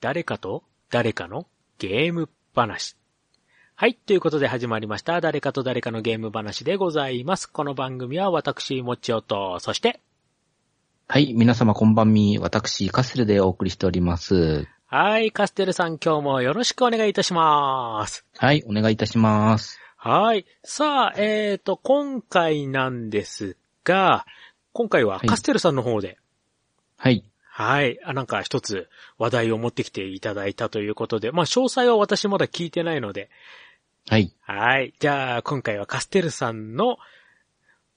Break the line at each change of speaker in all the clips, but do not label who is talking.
誰かと誰かのゲーム話。はい。ということで始まりました。誰かと誰かのゲーム話でございます。この番組は私、もちおと、そして、
はい、皆様こんばんみ、私、カスルでお送りしております。
はい、カステルさん今日もよろしくお願いいたします。
はい、お願いいたします。
はい。さあ、えーと、今回なんですが、今回は
はい
カステルさんの方で、
はい、
はい。あなんか一つ話題を持ってきていただいたということで、まあ詳細は私まだ聞いてないので、
はい、
はい。じゃあ今回はカステルさんの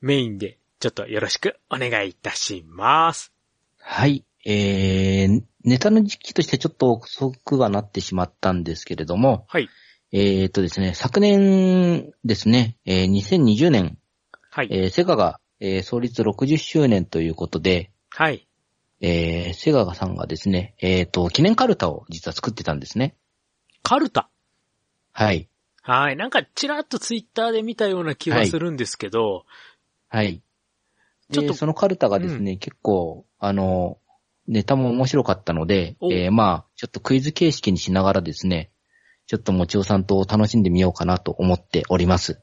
メインでちょっとよろしくお願いいたします。
はい、えー、ネタの時期としてちょっと遅くはなってしまったんですけれども、
はい。
えーとですね、昨年ですね、えー2020年、
はい。
えーセガが、えー創立60周年ということで、
はい。
えーセガさんがですね、えーと、記念カルタを実は作ってたんですね。
カルタ。
はい、
はい。なんかちらっとツイッターで見たような気はするんですけど、
はい。
ち
ち
ょっと
そのカルタがですね、結構、あの、ネタも面白かったので、
お
えーまあ、ちょっとクイズ形式にしながらですね、ちょっともちおさんと楽しんでみようかなと思っており ます。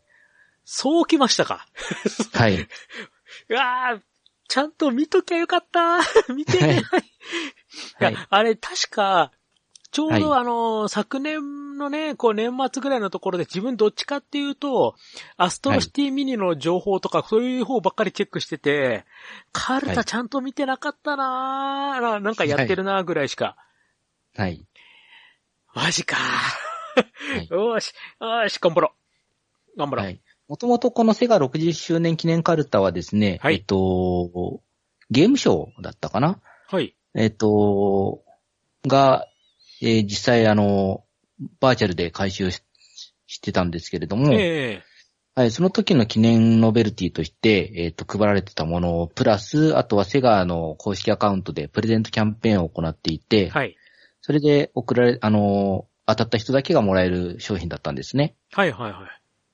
そうきましたか。
はい。
うわーちゃんと見ときゃよかった。 見てない。い
は
や
い。
あれ確か、ちょうど
は
あの、昨年のね、こう年末ぐらいのところで自分どっちかっていうと、アストロシティミニの情報とかそういう方ばっかりチェックしてて、カル
は
タ
い
ちゃんと見てなかったなーななんかやってるなーぐらいしか。
はい。
マジか
はい
ー。 よーし、よーし、頑張ろう。頑張ろう。
はい。もともとこのセガ60周年記念カルタはですね、
はい
えっと、ゲームショーだったかな
はい。
えっと、が、えー実際あの、バーチャルで回収ししてたんですけれども、
ええ
はい、その時の記念ノベルティとして、えっ、と、配られてたものを、プラス、あとはセガの公式アカウントでプレゼントキャンペーンを行っていて、
はい。
それで送られ、あのー、当たった人だけがもらえる商品だったんですね。
はいはいはい。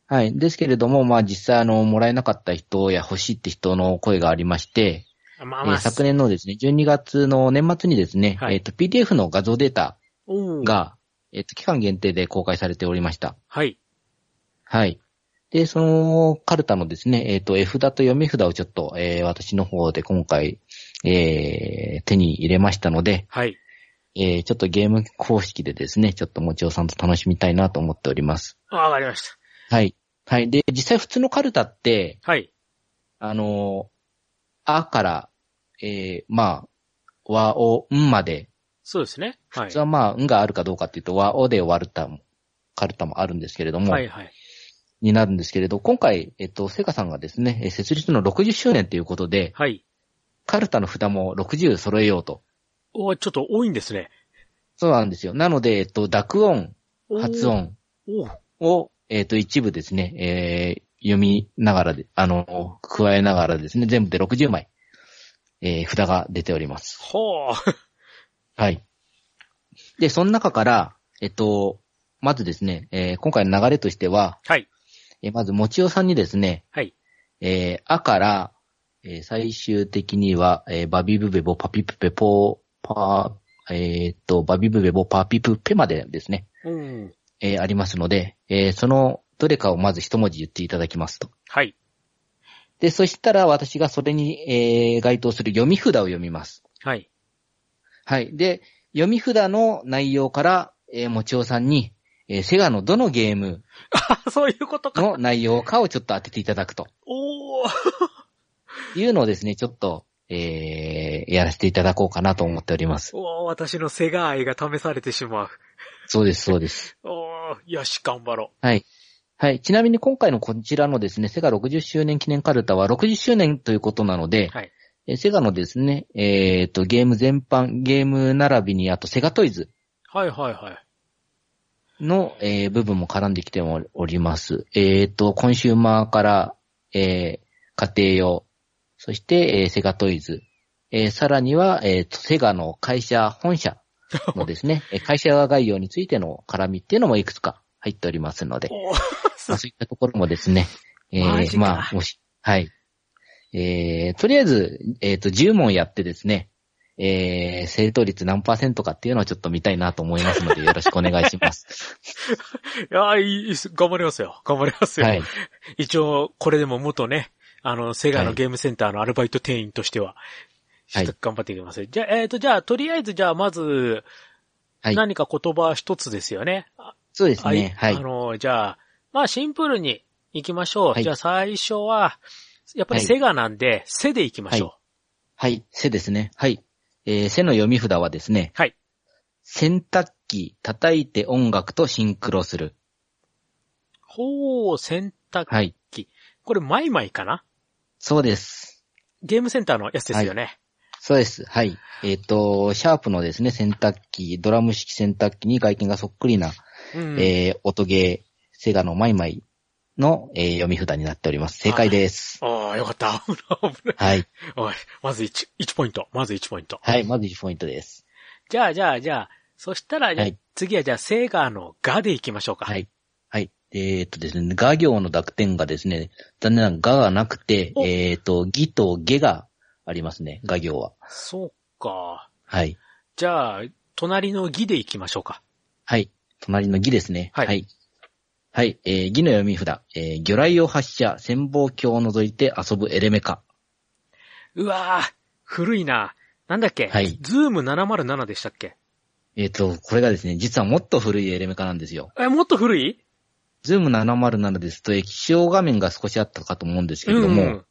はい。ですけれども、まあ実際あの、もらえなかった人や欲しいって人の声がありまして、
まあ
え
ま
ー
あ、
昨年のですね、12月の年末にですね、
はい
えっ、と、PDF の画像データ
おー、
が、えっ、と、期間限定で公開されておりました。
はい。
はい。で、その、カルタのですね、えっ、と、絵札と読み札をちょっと、えー私の方で今回、えー手に入れましたので、
はい。
えーちょっとゲーム公式でですね、ちょっともちおさんと楽しみたいなと思っております。
わかりまし
はい。はい。で、実際普通のカルタって、
た。はい。
あのーあから、えーまあ、わお、んまで、
そうですね。は
普
い
通。はまあ、んがあるかどうかっていうと、わおで終わるたも、カルタもあるんですけれども、
はいはい。
になるんですけれど、今回、えっと、セガさんがですね、えー設立の60周年ということで、
はい。
カルタの札も60揃えようと。
おーちょっと多いんですね。
そうなんですよ。なので、えっと、濁音、
おー
発。音
おー
を、えっと、一部ですね、えー読みながらで、あの、加えながらですね、全部で60枚、えー札が出ております。
ほー
はい。で、その中から、えっと、まずですね、えー今回の流れとしては、
はい。
えーまず、もちおさんにですね、
はい。
えー、あから、えー最終的には、えーバビブベボパピプペポー、パー、えーっと、バビブベボパピプペまでですね、
うん。
えーありますので、えーそのどれかをまず一文字言っていただきますと。
はい。
で、そしたら私がそれに、えー該当する読み札を読みます。
はい。
はい。で、読み札の内容から、えー、もちおさんに、えーセガのどのゲーム
あ、そういうことか。
の内容かをちょっと当てていただくと
おー
いうのをですね、ちょっと、えーやらせていただこうかなと思っております。
おー私のセガ愛が試されてしまう。
そうです、そうです。
おーよし、頑張ろ
はい。はい。ちなみに今回のこちらのですね、セガ60周年記念カルタは60周年ということなので、
う。はい。
えーセガのですね、えっ、と、ゲーム全般、ゲーム並びに、あとセガトイズ
はいはいはい。
の、えー部分も絡んできております。えっ、と、コンシューマーから、えー家庭用、そして、えーセガトイズ、えーさらには、えっ、と、セガの会社、本社のですね、えー会社概要についての絡みっていうのもいくつか入っておりますので、
おー
まあそういったところもですね、え
マジか
ー、まあ、もし、はい。えー、とりあえず、えっ、と、10問やってですね、えー、正答率何パーセントかっていうのをちょっと見たいなと思いますので、よろしくお願いします。
いやー、いいいいっす、頑張りますよ。頑張り ますよ。
はい。
一応、これでも元ね、あの、セガ
は
の
い
ゲームセンターのアルバイト店員としては、ちょっ
はい
と頑張っていきます。じゃあ、えっ、と、じゃあ、とりあえず、じゃあ、まず、
はい
何か言葉一つですよね。あ
そうですね。は
あ
い。
の、じゃあ、まあ、シンプルに行きましょう。
はい
じゃあ、最初は、やっぱり
はい
セガなんで、セで行きましょう。
はい。背ですね。はい。えー、背の読み札はですね、
はい。
洗濯機叩いて音楽とシンクロする。
ほう、洗濯。
はい。
これ、マイマイかな
そうです。
ゲームセンターのやつですよね。
そうです。はい。えっ、と、シャープのですね、洗濯機、ドラム式洗濯機に外見がそっくりな、
うん。
えー、音ゲー、セガのマイマイの、えー読み札になっております。正解です。
ああ、よかった。危ない、危ない。
はい。
おい、まず1、1ポイント。まず1ポイント。
はい。まず1ポイントです。
じゃあ、じゃあ、じゃあ、そしたら、
はい
次はじゃあ、セガのガで行きましょうか。
は。い。はい。えっとですね、画行の濁点がですね、残念ながら画がなくて、
お
えっと、義と下がありますね、画行は。
そうか。
はい。
じゃあ、隣のギで行きましょうか。
はい。隣の義ですね。
はい
はい。はいえー義の読み札。えー魚雷を発射、潜望鏡を覗いて遊ぶエレメカ。
うわー、古いな。なんだっけ
はい
ズーム707でしたっけ
えっ、と、これがですね、実はもっと古いエレメカなんですよ。
え、もっと古い
ズーム707ですと液晶画面が少しあったかと思うんですけれども、
うん。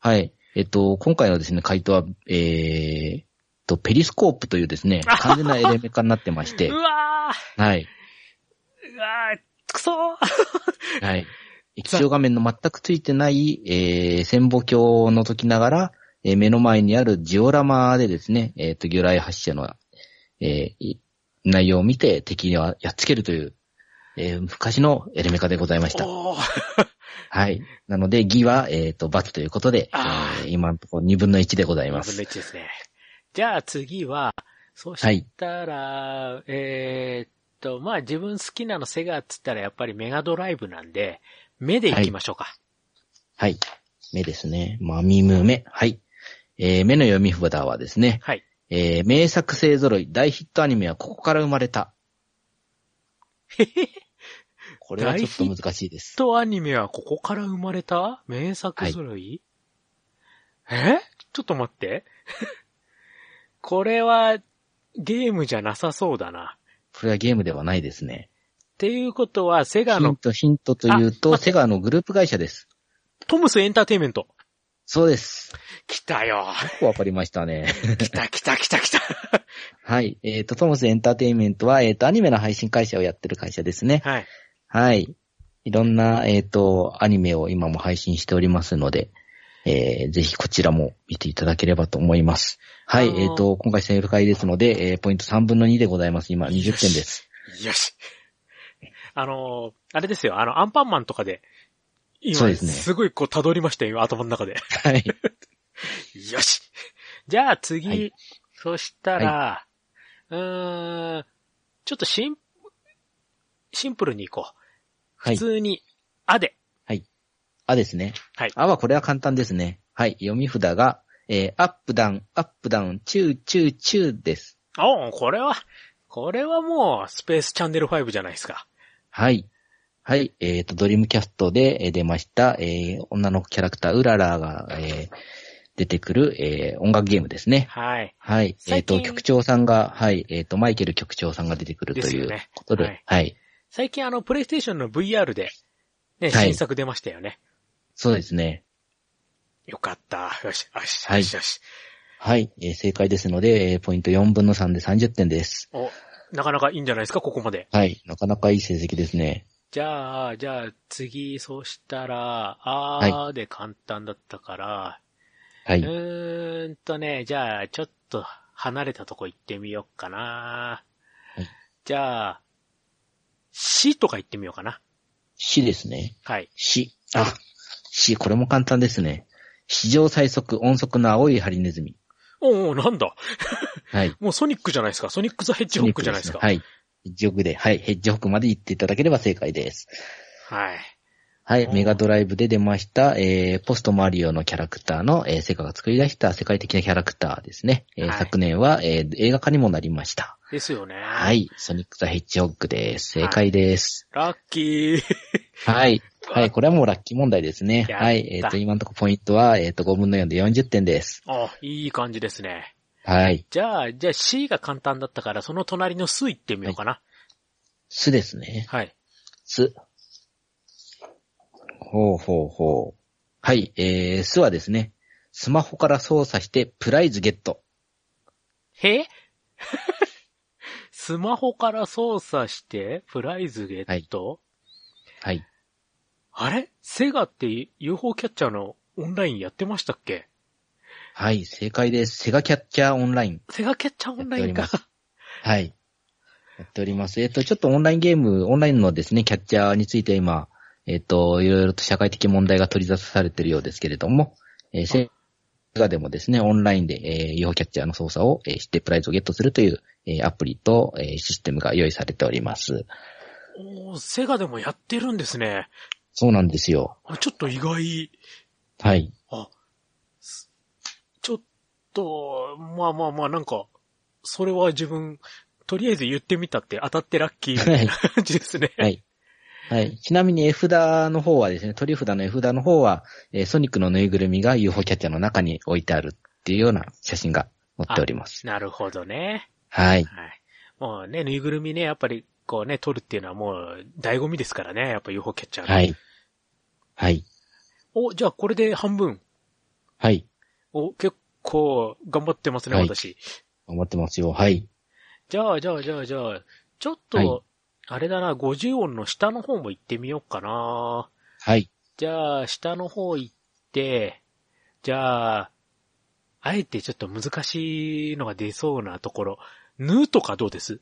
はい。えっと、今回のですね、回答は、えーっと、ペリスコープというですね、完全なエレメカになってまして
う、わ
はい。
ー、うわー、くそー
はい。液晶画面の全くついてない、えー、潜望鏡を覗きながら、えー目の前にあるジオラマでですね、えーっと、魚雷発射の、えーい内容を見て敵にはやっつけるという、えー昔のエレメカでございました。
おー
はい。なので、義は、えーっと、罰ということで、え
あー
ー今のところ2分の1でございま
1分の
す。
1ですね。じゃあ次は、そしたら、えーっと、まあ自分好きなのセガっつったらやっぱりメガドライブなんで、目で行きましょうか。
はい。目ですね。まみむ目。はい。えー目の読み札はですね、
はい。
えー名作勢揃い、大ヒットアニメはここから生まれた。これはちょっと難しいです。
とアニメはここから生まれた名作揃い、えちょっと待って。 これはゲームじゃなさそうだな。
これはゲームではないですね。
っていうことはセ
ヒ
ガの
ント、ヒントという
あ
と、
待って
セガのグループ会社です。
トムスエンターテイメント。
そうです。
来たよ。
よくわかりましたね。
来た来た来た来た。
はい。えっ、と、トムスエンターテインメントは、えっ、と、アニメの配信会社をやってる会社ですね。
はい。
はい。いろんな、えっ、と、アニメを今も配信しておりますので、えー、ぜひこちらも見ていただければと思います。はい、
あのー
えっ、と、今回セール会ですので、えー、ポイント3分の2でございます。今、20 点です。
よし。あのーあれですよ、あの、アンパンマンとかで、今、
そうですね
すごいこう辿りましたよ、今頭の中で。
はい。
よし。じゃあ次、
はい
そしたら、うーん、ちょっとシン、シンプルにいこう。
は
普
い。
通に、あで。
あですね。
はい
あはこれは簡単ですね。はい。読み札が、えー、アップダウン、アップダウン、チュー、チュー、チューです。
おうこれは、これはもう、スペースチャンネル5じゃないですか。
はい。はい。えっ、と、ドリームキャストでえー出ました、えー、女のキャラクター、ウララが、えー、出てくる、えー、音楽ゲームですね。
はい。
はい。えっ、
最近
と、局長さんが、はい、えっ、と、マイケル局長さんが出てくると
です
い
よ
う
ね
ことで、
はい
はい。
最近あの、プレイステーションの VR で、ね、
はい
新作出ましたよね。
そうですね。
よかった。よし、よし、
はい
よし、よし。
はい、えー正解ですので、えーポイント4分の3で30点です。
お、なかなかいいんじゃないですか、ここまで。
はい。なかなかいい成績ですね。
じゃあ、じゃあ次、そうしたら、あーで簡単だったから、
は
う
い。
ーんとね、じゃあ、ちょっと離れたとこ行ってみようかな。
はい
じゃあ、死とか行ってみようかな。
死ですね。
はい。
死。あ、死、これも簡単ですね。史上最速、音速の青いハリネズミ。
おうおう、なんだ。
はい。
もうソニックじゃないですか。ソニックザヘッジホックじゃないですか。
はい。ヘッジホックで、はい。ヘッジホックまで行っていただければ正解です。
はい。
はい、メガドライブで出ました、えー、ポストマリオのキャラクターの、えー、セガが作り出した世界的なキャラクターですね。えー
はい
昨年は、えー映画化にもなりました。
ですよね。
は。い、ソニック・ザ・ヘッジホッグです。正解です。
ラッキー。
はい。はい、これはもうラッキー問題ですね。
やった
はい、えっ、と、今のところポイントは、えっ、と、5分の4で40点です。
あ、いい感じですね。
はい。
じゃあ、じゃあ C が簡単だったから、その隣のス行ってみようかな。
すですね。
はい。
す。ほうほうほう。はい、えー、すはですね、スマホから操作してプライズゲット。
へ スマホから操作して、プライズゲット、
はい。
あれセガって UFO キャッチャーのオンラインやってましたっけ
はい、正解です。セガキャッチャーオンライン。
セガキャッチャーオンライン
や
か
っ。てはい。やっております。えっと、ちょっとオンラインゲーム、オンラインのですね、キャッチャーについて今、えっと、いろいろと社会的問題が取り沙汰されているようですけれども、えー、セガでもですね、オンラインで、えー、違法キャッチャーの操作を、えーしてプライズをゲットするという、えーアプリと、えーシステムが用意されております。
おーセガでもやってるんですね。
そうなんですよ。
あちょっと意外。
はい。
あ、すちょっと、まあまあまあ、なんか、それは自分、とりあえず言ってみたって当たってラッキーみたいな感じ ですね。
はい。はい。ちなみに絵札の方はですね、取り札の絵札の方は、えーソニックのぬいぐるみが UFO キャッチャーの中に置いてあるっていうような写真が載っております。
なるほどね。
はい。
はい。もうね、ぬいぐるみね、やっぱり、こうね、撮るっていうのはもう、醍醐味ですからね、やっぱ UFO キャッチャーの
はい。はい。
お、じゃあこれで半分。
はい。
お、結構、頑張ってますね、
はい
私。
頑張ってますよ。はい。
じゃあ、じゃあ、じゃあ、じゃあ、ちょっと、
はい
あれだな、50音の下の方も行ってみようかな。
はい。
じゃあ、下の方行って、じゃあ、あえてちょっと難しいのが出そうなところ。ぬとかどうです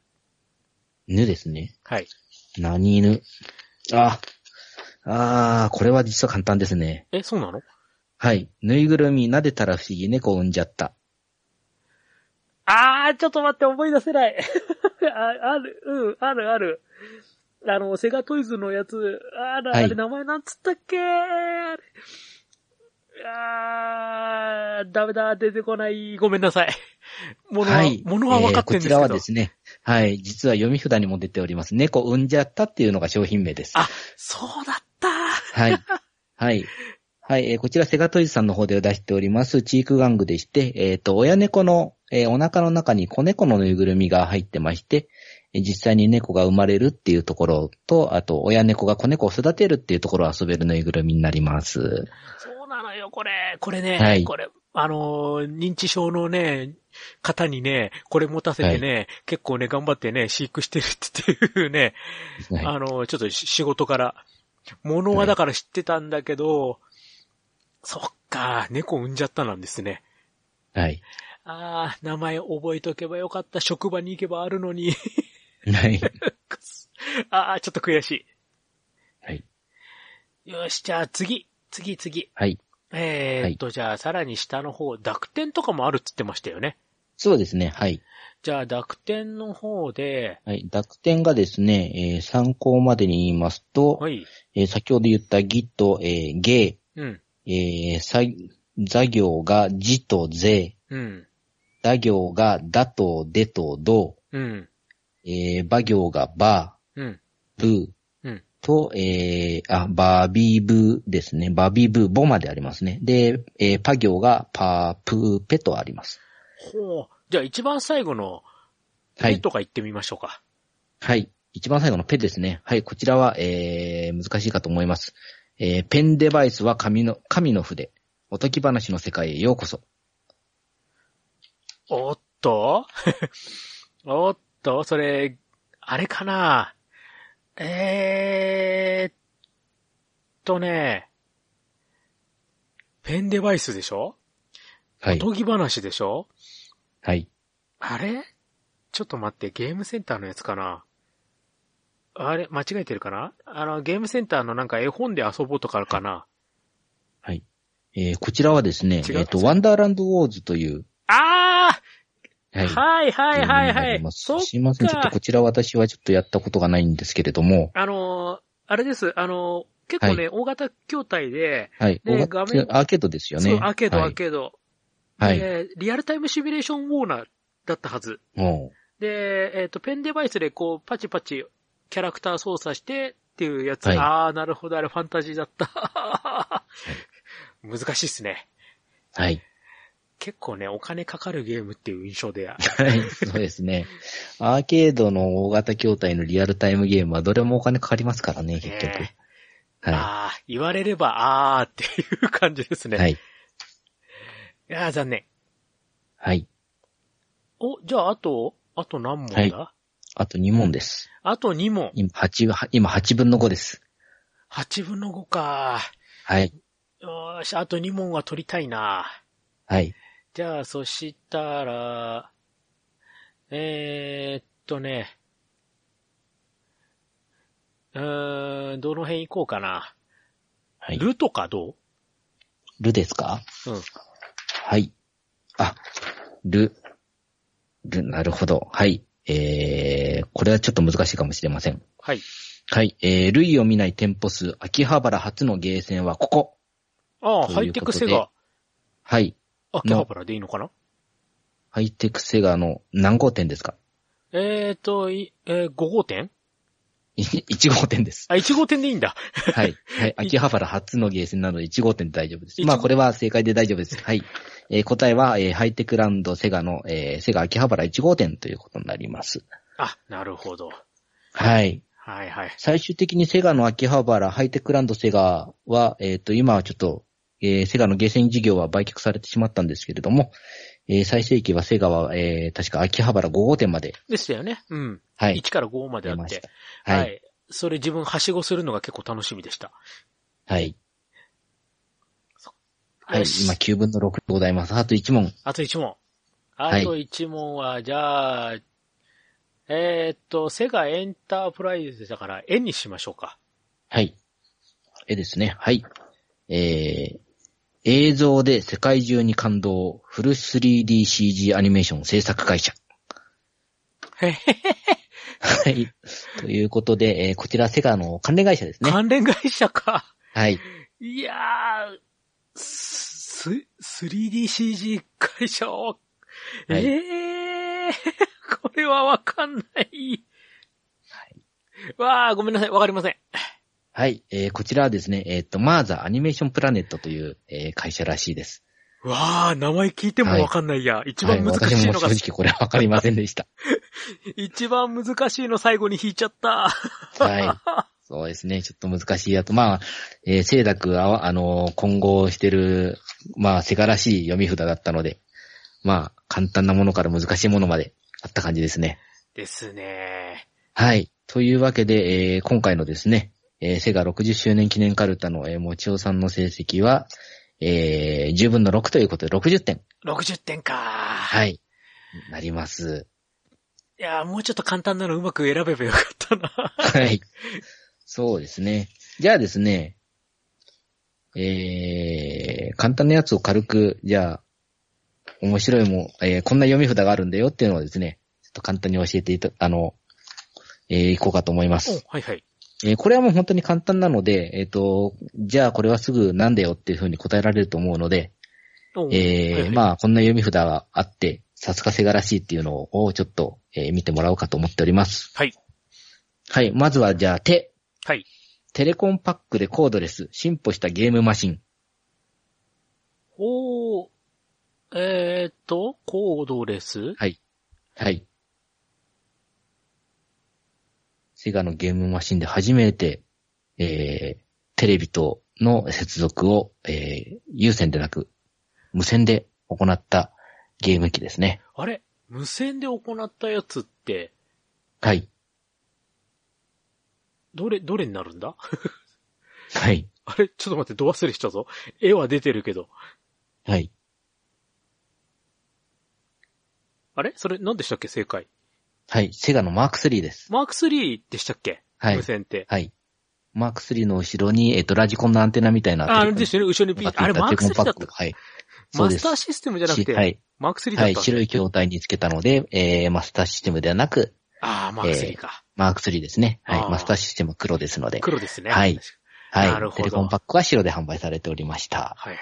ぬですね。
はい。
何ぬあ、あー、これは実は簡単ですね。
え、そうなの
はい。ぬいぐるみ撫でたら不思議猫産んじゃった。
あー、ちょっと待って、思い出せない。 あある、うん、あるある。あの、セガトイズのやつ、あー、
はい
あれ名前なんつったっけあれあー、ダメだ、出てこない。ごめんなさい。ものは、
はい。
ものは分かってんですけど。
えーこちらはですね、はい。実は読み札にも出ております。猫産んじゃったっていうのが商品名です。
あ、そうだった
はい。はい。はい。えーこちらセガトイズさんの方で出しております、チーク玩具でして、えっ、と、親猫の、えーお腹の中に子猫のぬいぐるみが入ってまして、えー実際に猫が生まれるっていうところと、あと、親猫が子猫を育てるっていうところを遊べるぬいぐるみになります。
そうなのよ、これ。これね、
はい
これ、あのー認知症のね、方にね、これ持たせてね、結構ね、頑張ってね、飼育してるっていうね、
はい。
あのーちょっとし仕事から、物はだから知ってたんだけど、そっか、猫産んじゃったなんですね。
はい。
あー、名前覚えとけばよかった、職場に行けばあるのに。
はい。
くっそあー、ちょっと悔し
はい。
い。よし、じゃあ次、次、次。
はい。
えー、っと、じゃあさらに下の方、濁点とかもあるっつってましたよね。
そうですね。はい。
じゃあ、濁点の方で、
はい。濁点がですね、えー参考までに言いますと、
はい。
えー先ほど言ったギと、えーゲー、
うん。
えー、さ、座行がじとぜ、
うん。
打行がだとでとど、
うん。
えー、ば行がば、
うん。
ぶ、
うん。
と、えー、あ、ばびぶですね。ばびぶ、ぼまでありますね。で、えー、ぱ行がぱ、ぷ、ぺとあります。
ほう。じゃあ、一番最後の、
は
ペ
い。
とか言ってみましょうか。
はい。一番最後のペですね。はい。こちらは、えー、難しいかと思います。えー、ペンデバイスは紙の、神の筆。おとぎ話の世界へようこそ。
おっと おっと、それ、あれかなえーっとね、ペンデバイスでしょ
はい。
おとぎ話でしょ
はい。
あれちょっと待って、ゲームセンターのやつかなあれ間違えてるかなあの、ゲームセンターのなんか絵本で遊ぼうとかかな
はい。えー、こちらはですね、えっ
違う、
と、ワンダーランドウォーズという、
あ
は
ーはいはいはい
ゲームにな
は
り
い
ま。す
そっ
すいません、ちょっと
か
こ。ちら私はちょっとやったことがないんですけれども、
あのー、あれです、あのー、結構ね、大型筐体で、
はい。
で
お
画面
アーケードですよね。
そう、アーケード、
はい
アーケード。
はい。
で、リアルタイムシミュレーションウォーナーだったはず。
も
で、えっ、と、ペンデバイスでこう、パチパチ、キャラクター操作してっていうやつ。
はい
あー、なるほど、あれファンタジーだった。難しいっすね。
う、はい。
結構ね、お金かかるゲームっていう印象で。
はい、 そうですね。アーケードの大型筐体のリアルタイムゲームはどれもお金かかりますからね、結局。
ね
は
あー、言われれば、あーっていう感じです
い。
ね。、
はいい。
やー、残念。
はい。
お、じゃあ、あと、あと何問だ、
はあと2問です。
あと2問。
今8、今8分の5です。
8分の5か。
はい。
よーし、あと2問は取りたいな。
はい。
じゃあ、そしたら、えー、っとね、うーん、どの辺行こうかな。
はい。
ルとかど
ルですか
ううん。
はい。あ、ル。ル、なるほど。はい。えー、これはちょっと難しいかもしれません。
はい。
はい。えー、類を見ない店舗数、秋葉原初のゲーセンはここ。
ああ、
とい
ハ
うことで
イテクセガ、
はい。
秋葉原でいいのかな
ハイテクセガの何号店ですか
えーっと、いえー、5号店
い1号 店です。
あ、1号店でいいんだ。
はい。 はい。秋葉原初のゲーセンなので1号店で大丈夫です。
1
まあこれは正解で大丈夫です。はい。えー答えは、えーハイテクランドセガの、えーセガ秋葉原1号店ということになります。
あ、なるほど。
はい。
はいはい。
最終的にセガの秋葉原、ハイテクランドセガは、えっ、と、今はちょっと、えーセガのゲーセン事業は売却されてしまったんですけれども、えー最盛期はセガは、えー確か秋葉原5号店まで、
でしたよね。うん。
はい、
1から5まであ
出
っ
ましてた。。はい。はい。
それ自分はしごするのが結構楽しみでした。
はい。
よし
今9分の6でございます。あと1問。
あと1問。
は
あ
い
と1問は、じゃあ、えーっと、セガエンタープライズだから、円にしましょう か。
はい。えですね。はい。えー、映像で世界中に感動、フル 3DCG アニメーション制作会社。
へへ
はい。ということで、えーこちらセガの関連会社ですね。
関連会社か。
はい。
いやー、す、す 3DCG 会社を、
はい
えー、 これはわかんない。わー、ごめんなさい、わかりません。
はい。えーこちらはですね、えっ、と、マーザアニメーションプラネットという、えー会社らしいです。
わー、名前聞いてもわかんないや。一番難
は
しい
い、
の
私
が
も正直これはわかりません でした。
一番難しいの最後に引いちゃった。
はい。そうですね。ちょっと難しいやと。まあ、えー、清濁は、あのー混合してる、まあ、せがらしい読み札だったので、まあ、簡単なものから難しいものまであった感じですね。
ですね。
はい。というわけで、えー今回のですね、えーセガ60周年記念カルタの、えー、もちおさんの成績は、えー、10分の6ということで60点。
60点か。。
はいい。なります。
いやー、もうちょっと簡単なのうまく選べばよかったな。
はい。そうですね。じゃあですね、えー、簡単なやつを軽く、じゃあ、面白いもん、えーこんな読み札があるんだよっていうのをですね、ちょっと簡単に教えていた、あの、えーいこうかと思い ま
お
す。
はいはい。
えーこれはもう本当に簡単なので、えっ、と、じゃあこれはすぐなんだよっていうふうに答えられると思うので、
お
えー
はいはい
まあ、こんな読み札があって、さすがせがらしいっていうのをちょっと、えー見てもらおうかと思っております。
はい。
はい、まずはじゃあ手。
はい。
テレコンパックでコードレス、進歩したゲームマシン。
おー、えーっと、コードレス
はい。はい。セガのゲームマシンで初めて、えー、テレビとの接続を、えー、有線でなく、無線で行ったゲーム機ですね。
あれ無線で行ったやつって、
はい。
どれ、どれになるんだ
はい。
あれちょっと待って、ど忘れしたぞ。絵は出てるけど。
はい。
あれそれ何でしたっけ正解。
はい。セガのマーク3です。
マーク3でしたっけ
はい
無。線って。
はい。マーク3の後ろに、えっ、と、ラジコンのアンテナみたいな。
あ、あれですよね。後ろにピーあれマーク3だった。
はい。そう
マ
で
ス
す
ターシステムじゃなくて、
はい。
マーク3だ
は
っ
い、
たんだ。
白い筐体につけたので、えー、マスターシステムではなく、
ああ、マーク3か。
マーク3ですね。は
あー
い、マスターシステムは黒ですので。
黒ですね。
はい
確か
はい。
なるほど
テレコンパックは白で販売されており ました。
はい。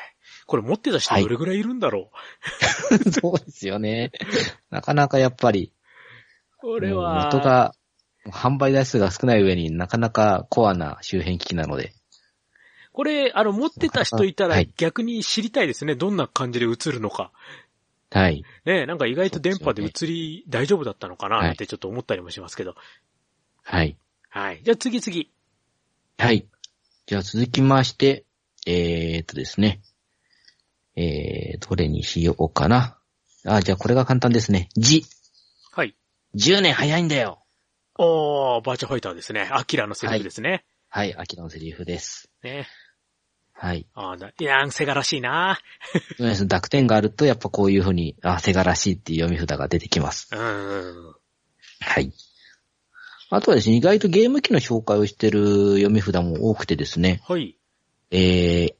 これ持ってた人どれぐらいいるんだろ
そうですよね。なかなかやっぱり、
う。これは、
元が、販売台数が少ない上になかなかコアな周辺機器なので。
これ、あの、持ってた人いた
は
ら
い
逆に知りたいですね。どんな感じで映るのか。
はい。
ねなんか意外と電波で
そ
映
う
り大丈夫だったのかな
はい
なんてちょっと思ったりもしますけど。
はい。
はい。じゃあ次々。
はい。じゃあ続きまして、えー、っとですね。えー、どれにしようかな。あ、じゃあこれが簡単ですね。じ。
はい。
10年早いんだよ。
おー、バーチャファイターですね。アキラのセリフですね。
はい、秋のセリフです。
ね。
はい。
あーだいやー、セガらしいな
そうです濁点があると、やっぱこういうふうに、あ、セガらしいっていう読み札が出てきます。
うーん。
はい。あとはですね、意外とゲーム機の紹介をしてる読み札も多くてですね、
はい。
えー、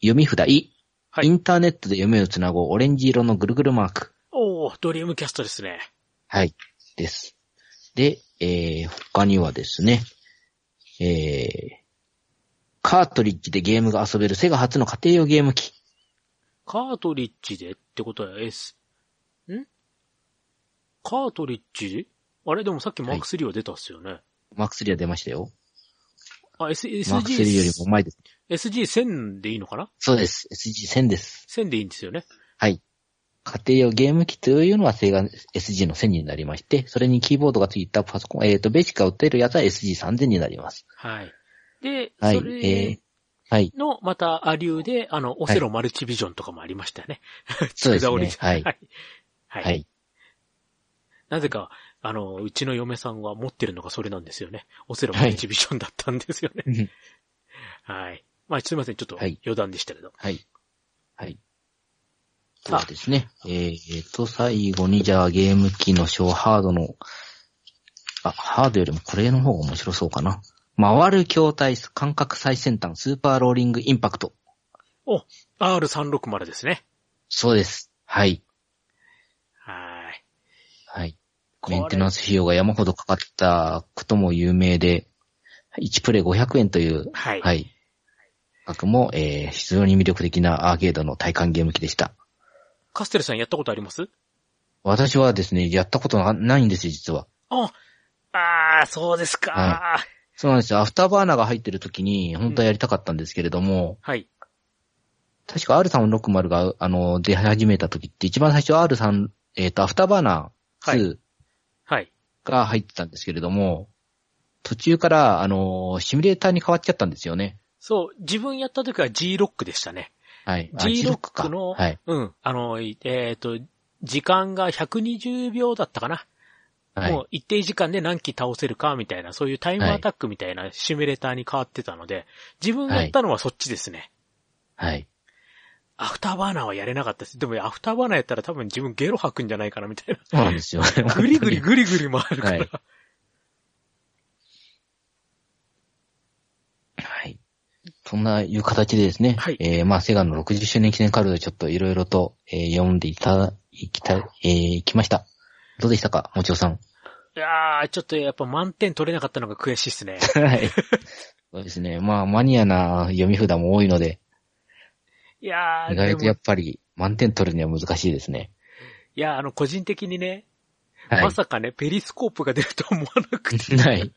読み札い、
はい
インターネットで夢をつなごうオレンジ色のぐるぐるマーク。
おー、ドリームキャストですね。
はい。です。で、えー、他にはですね、えー、カートリッジでゲームが遊べるセガ初の家庭用ゲーム機。
カートリッジでってことは S。んカートリッジあれでもさっきマーク3は出たっすよね。
マーク3は出ましたよ。
あ、S、
マーク3より
SG、
も前です。
SG1000 でいいのかな
そうです。SG1000 です。
?1000 でいいんですよね。
はい。家庭用ゲーム機というのはセガ SG の1000になりまして、それにキーボードがついたパソコン、えっ、と、ベーシックが売っているやつは SG3000 になります。
はい。で、
はい。
それ
えー、はい。
の、また、アリューで、あの、オセロマルチビジョンとかもありましたよね。
そう です
オリ
ね。はい。
は。
はい
はい。
い。
なぜか、あの、うちの嫁さんは持ってるのがそれなんですよね。オセロマルチビジョンだったんですよね。
うん
はい。まあ、すいません。ちょっと
はい
余談でしたけど。
はい。はい。
さあ
そうですね。えー、えーと、最後に、じゃあゲーム機の小ハードの、あ、ハードよりもこれの方が面白そうかな。回る筐体、感覚最先端、スーパーローリングインパクト。
R360 ですね。
そうです。はい。
はい。
はい。
これ
メンテナンス費用が山ほどかかったことも有名で、1プレイ500円という、
はい。
はい。価格も、えー、非常に魅力的なアーケードの体感ゲーム機でした。
カステルさんやったことあります
私はですね、やったことなないんですよ、実は。
あ、あー、そうですか。
はそうなんですよ。アフターバーナーが入ってる時に、本当はやりたかったんですけれども、
はい。
確か R360 が、あの、出始めた時って、一番最初 R3、えっ、と、アフターバーナー
は
2
はい。
が入ってたんですけれども、途中から、あの、シミュレーターに変わっちゃったんですよね。
そう、自分やった時は G ロックでしたね。
はい。あ
G ロッ
G-Rock か
クの、
はい。
うん、あの、いえっ、と、時間が120秒だったかな。
はい。
もう一定時間で何機倒せるかみたいな、そういうタイムアタックみたいなシミュレーターに変わってたので、自分がやったのはそっちですね。
はい。
アフターバーナーはやれなかったです。でもアフターバーナーやったら多分自分ゲロ吐くんじゃないかなみたい
そうなんで すよ。
な。ぐりぐりぐりぐり回るから。
はいはい。そんないう形でですね、
はい
えー、まあ、セガの60周年記念カードでちょっといろいろと、えー読んでいただきた、えー、きました。どうでしたか、もちおさん。
いやー、ちょっとやっぱ満点取れなかったのが悔しいっすね。
はい。そうですね。まあ、マニアな読み札も多いので、
いやー、
意外と
で
や
も
っぱり満点取るには難しいですね。
いやー、あの、個人的にね、
はい。
まさかね、ペリスコープが出るとは思わなくて、
はい。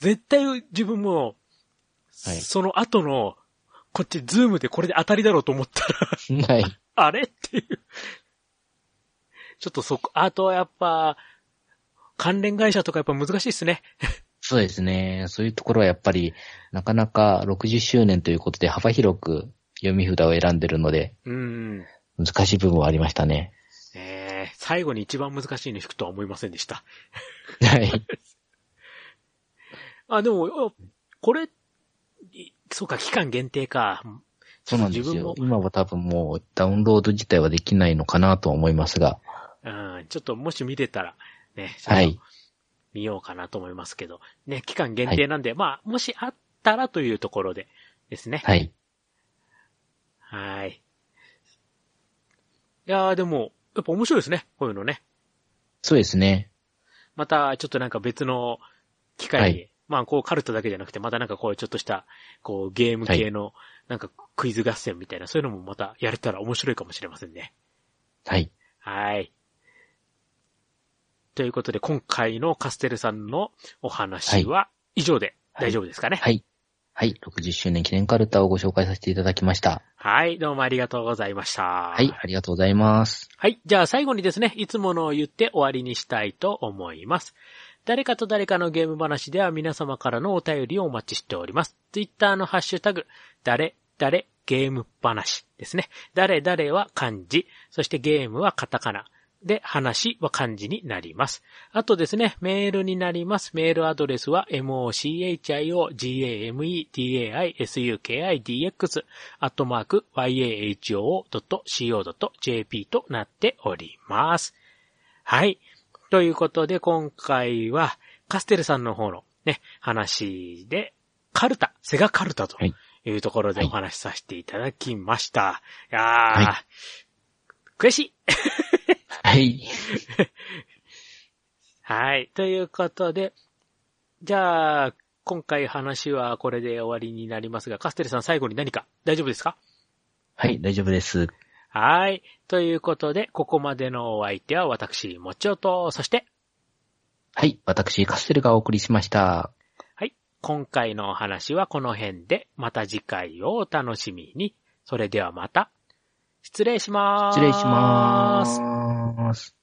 絶対自分も、
はい
その後の、こっちズームでこれで当たりだろうと思ったら、
はい。
あれ っていう。ちょっとそこ、あとはやっぱ、関連会社とかやっぱ難しいっすね。
そうですね。そういうところはやっぱり、なかなか60周年ということで幅広く読み札を選んでるので、
うん。ね
難しい部分はありましたね。
え最後に一番難しいの弾くとは思いませんでした。
はい。
あ、でも、あこれ、いそうか、期間限定か。
そうなんです
自分も
よ。今は多分もうダウンロード自体はできないのかなとは思いますが。
うん、ちょっともし見れたら、ね、ちょっと
はい。
見ようかなと思いますけど、ね、期間限定なんで、まあ、もしあったらというところでですね。
はい。
はーい。いやーでも、やっぱ面白いですね、こういうのね。
そうですね。
また、ちょっとなんか別の機会
は
にまあこうカルタだけじゃなくて、またなんかこうちょっとした、こうゲーム系の、なんかクイズ合戦みたいな、そういうのもまたやれたら面白いかもしれませんね。
はい。
はい。ということで、今回のカステルさんのお話は以上で
はい
大丈夫ですかね。
はい。はい。60周年記念カルタをご紹介させていただきました。
はい、どうもありがとうございました。は
はい。ありがとうございます。
はい。じゃあ最後にですね、いつものを言って終わりにしたいと思います。誰かと誰かのゲーム話では皆様からのお便りをお待ちしております。ツイッターのハッシュタグ、誰、誰、ゲーム話ですね。誰、誰は漢字、そしてゲームはカタカナ。で、話は漢字になります。あとですね、メールになります。メールアドレスは mochiogame.taisuki.dx アットマーク yaho.co.jp となっております。はい。ということで、今回は、カステルさんの方のね、話で、カルタ、セガカルタと
はい
いうところで
はい
お話しさせていただきました。い、やー、
は
悔しい
はい。
はい。ということで、じゃあ、今回話はこれで終わりになりますが、カステルさん最後に何か大丈夫ですか
はい。大丈夫です。
はい。ということで、ここまでのお相手は私、もちおと、そして、
はい。私、カステルがお送りしました。
はい。今回のお話はこの辺で、また次回をお楽しみに。それではまた、失礼しまーす。
失礼しまーす。